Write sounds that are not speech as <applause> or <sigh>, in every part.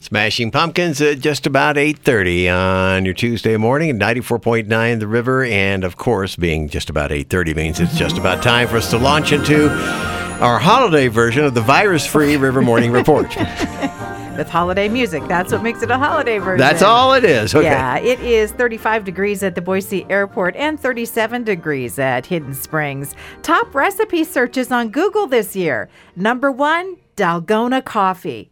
Smashing Pumpkins at just about 8:30 on your Tuesday morning at 94.9 The River and of course being just about 8:30 means it's just about time for us to launch into our holiday version of the virus-free River Morning <laughs> Report. with holiday music. That's what makes it a holiday version. That's all it is. Okay. Yeah, it is 35 degrees at the Boise Airport and 37 degrees at Hidden Springs. Top recipe searches on Google this year. Number one, Dalgona coffee.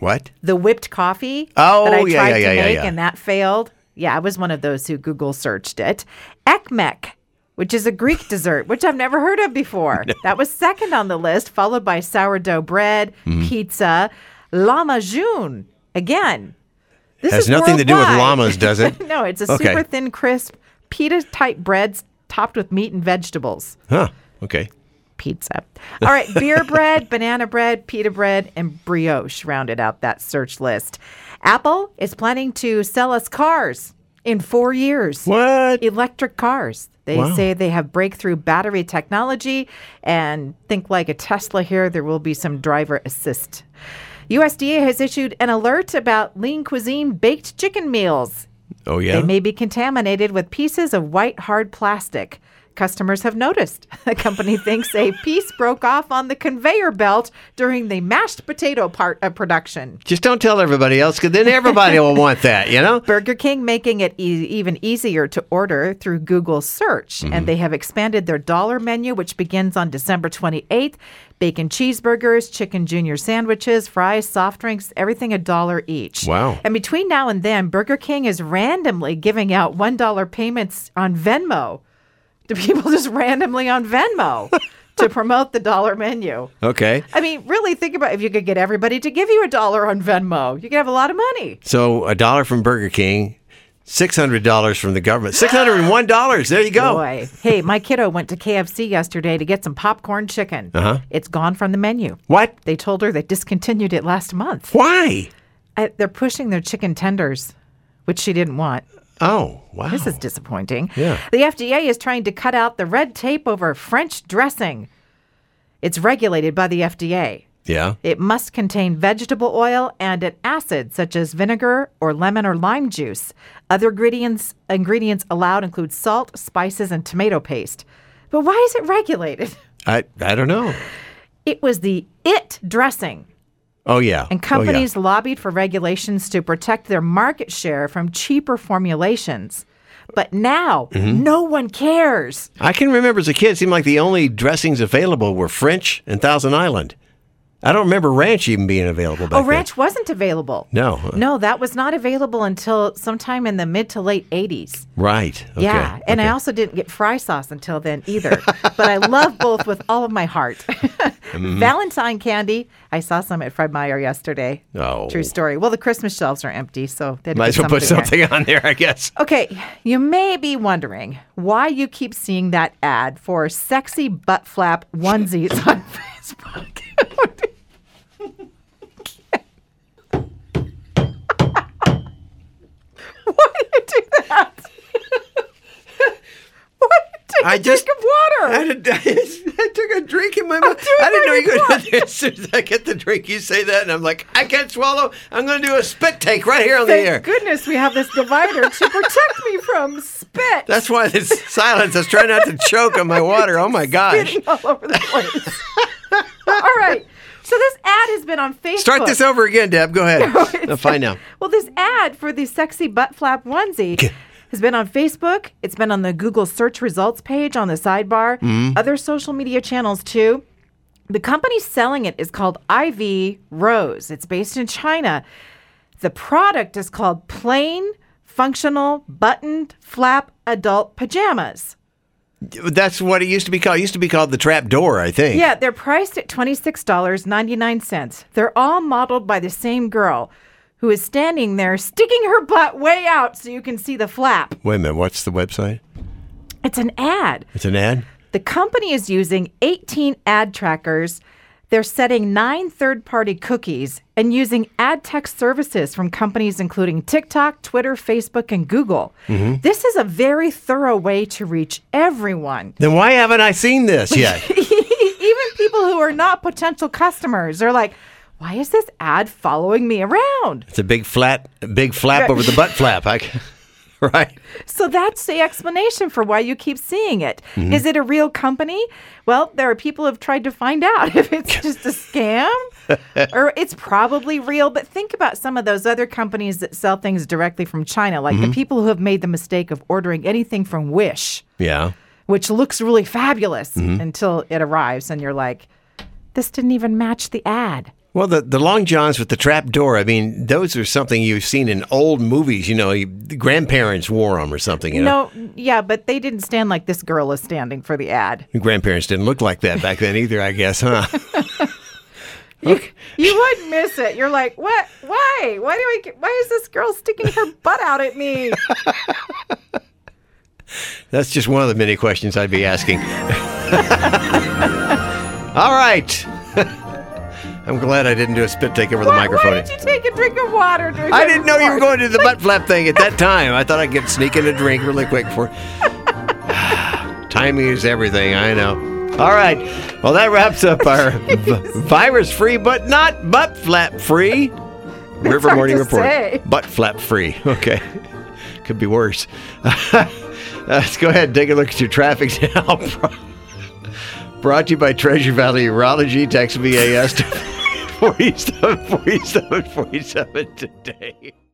What? The whipped coffee Oh, that I yeah, tried yeah, yeah, to yeah, make yeah. and that failed. Yeah, I was one of those who Google searched it. Ekmek, which is a Greek dessert, which I've never heard <laughs> of before. That was second on the list, followed by sourdough bread, Mm-hmm. pizza, lamajun. Again, this Has is nothing to do with worldwide. llamas, does it? <laughs> no, it's a Okay. super thin, crisp pita type breads topped with meat and vegetables Huh. Okay. pizza. All right, <laughs> beer bread, banana bread, pita bread, and brioche rounded out that search list. Apple is planning to sell us cars in four years. What? Electric cars. They Wow. say they have breakthrough battery technology and think like a Tesla here, there will be some driver assist. USDA has issued an alert about lean cuisine baked chicken meals. Oh yeah. They may be contaminated with pieces of white hard plastic. Customers have noticed. <laughs> The company thinks a piece broke off on the conveyor belt during the mashed potato part of production. just don't tell everybody else cuz then everybody will want that, you <laughs> know? Burger King making it e- even easier to order through Google search. And they have expanded their dollar menu, which begins on December 28th. Bacon cheeseburgers, chicken junior sandwiches, fries, soft drinks, everything a dollar each. Wow. And between now and then, Burger King is randomly giving out $1 payments on Venmo to people <laughs> just randomly on Venmo to promote the dollar menu. Okay. I mean, really think about if you could get everybody to give you a dollar on Venmo, you could have a lot of money. So a dollar from Burger King, $600 from the government. $601. There you go. Boy. Hey, my kiddo went to KFC yesterday to get some popcorn chicken. Uh-huh. It's gone from the menu. What? They told her they discontinued it last month. Why? Uh, they're pushing their chicken tenders, which she didn't want. Oh, wow. This is disappointing. Yeah. The FDA is trying to cut out the red tape over French dressing. It's regulated by the FDA. yeah. It must contain vegetable oil and an acid such as vinegar or lemon or lime juice. Other ingredients ingredients allowed include salt, spices, and tomato paste. But why is it regulated? <laughs> I I don't know. It was the it dressing. Oh yeah. And Oh, yeah. companies lobbied for regulations to protect their market share from cheaper formulations. But now, Mm-hmm. no one cares. I can remember as a kid it seemed like the only dressings available were French and Thousand Island. I don't remember ranch even being available back Oh, ranch wasn't available. No, huh? No, that was not available until sometime in the mid to late 80s. then. Right. Okay. Yeah, and okay. I also didn't get fry sauce until then either. but I love both with all of my heart. <laughs> Mm-hmm. Valentine candy. I saw some at Fred Meyer yesterday. Oh. True story. Well, the Christmas shelves are empty, so they had to might as well put there. something on there, I guess. Okay, you may be wondering why you keep seeing that ad for sexy butt flap onesies <laughs> on Facebook. <laughs> Why do you do that? <laughs> Why do you take I a just- drink of water? I, did, <laughs> I, took a drink in my mouth. doing I didn't know my you could. <laughs> As soon as I get the drink, you say that, and I'm like, I can't swallow. I'm going to do a spit take right here on Thank the air. goodness we have this divider <laughs> to protect me from spit. That's why this <laughs> silence. I was trying not to choke on my water. Oh my gosh. spitting <laughs> all over the place. <laughs> all right. So this ad has been on Facebook. Start this over again, Deb. Go <laughs> ahead. I'll find out. Well, this ad for the sexy butt flap onesie has been on Facebook. It's been on the Google search results page on the sidebar, Mm-hmm. other social media channels too. The company selling it is called IV Rose. It's based in China. The product is called Plain Functional Buttoned Flap Adult Pajamas. That's what it used to be called. It used to be called the trap door, I think. Yeah, they're priced at $26.99. They're all modeled by the same girl who is standing there sticking her butt way out so you can see the flap. Wait a minute. What's the website? It's an ad. It's an ad. The company is using 18 ad trackers. They're setting nine third party cookies and using ad tech services from companies including TikTok, Twitter, Facebook, and Google. This is a very thorough way to reach everyone. Then why haven't I seen this yet? <laughs> even people who are not potential customers are like, why is this ad following me around? It's a big flat, big flap Right. over the butt flap. I, right. So that's the explanation for why you keep seeing it. Is it a real company? Well, there are people who have tried to find out <laughs> if it's just a scam or it's probably real. But think about some of those other companies that sell things directly from China, like the people who have made the mistake of ordering anything from Wish, Yeah. which looks really fabulous until it arrives and you're like, this didn't even match the ad. Well, the, the long johns with the trap door, I mean, those are something you've seen in old movies. You know, you, the grandparents wore them or something. You know? No, yeah, but they didn't stand like this girl is standing for the ad. Grandparents didn't look like that back then either, I guess, huh? You would miss it. You're like, what? Why? Why do I? Get, why is this girl sticking her butt out at me? That's just one of the many questions I'd be asking. <laughs> All right. <laughs> I'm glad I didn't do a spit take over the Why, microphone. why did you take a drink of water? During I that didn't know you were report? going to the butt flap thing at that time. I thought I'd get sneak in a drink really quick for. Timing is everything. I know. All right. Well, that wraps up <laughs> our virus free, but not butt flap free. River hard Morning to Report. say. Butt flap free. <laughs> Okay. Could be worse. <laughs> Uh, let's go ahead and take a look at your traffic <laughs> now. Brought to you by Treasure Valley Urology. <laughs> Text VAS to 474747 today.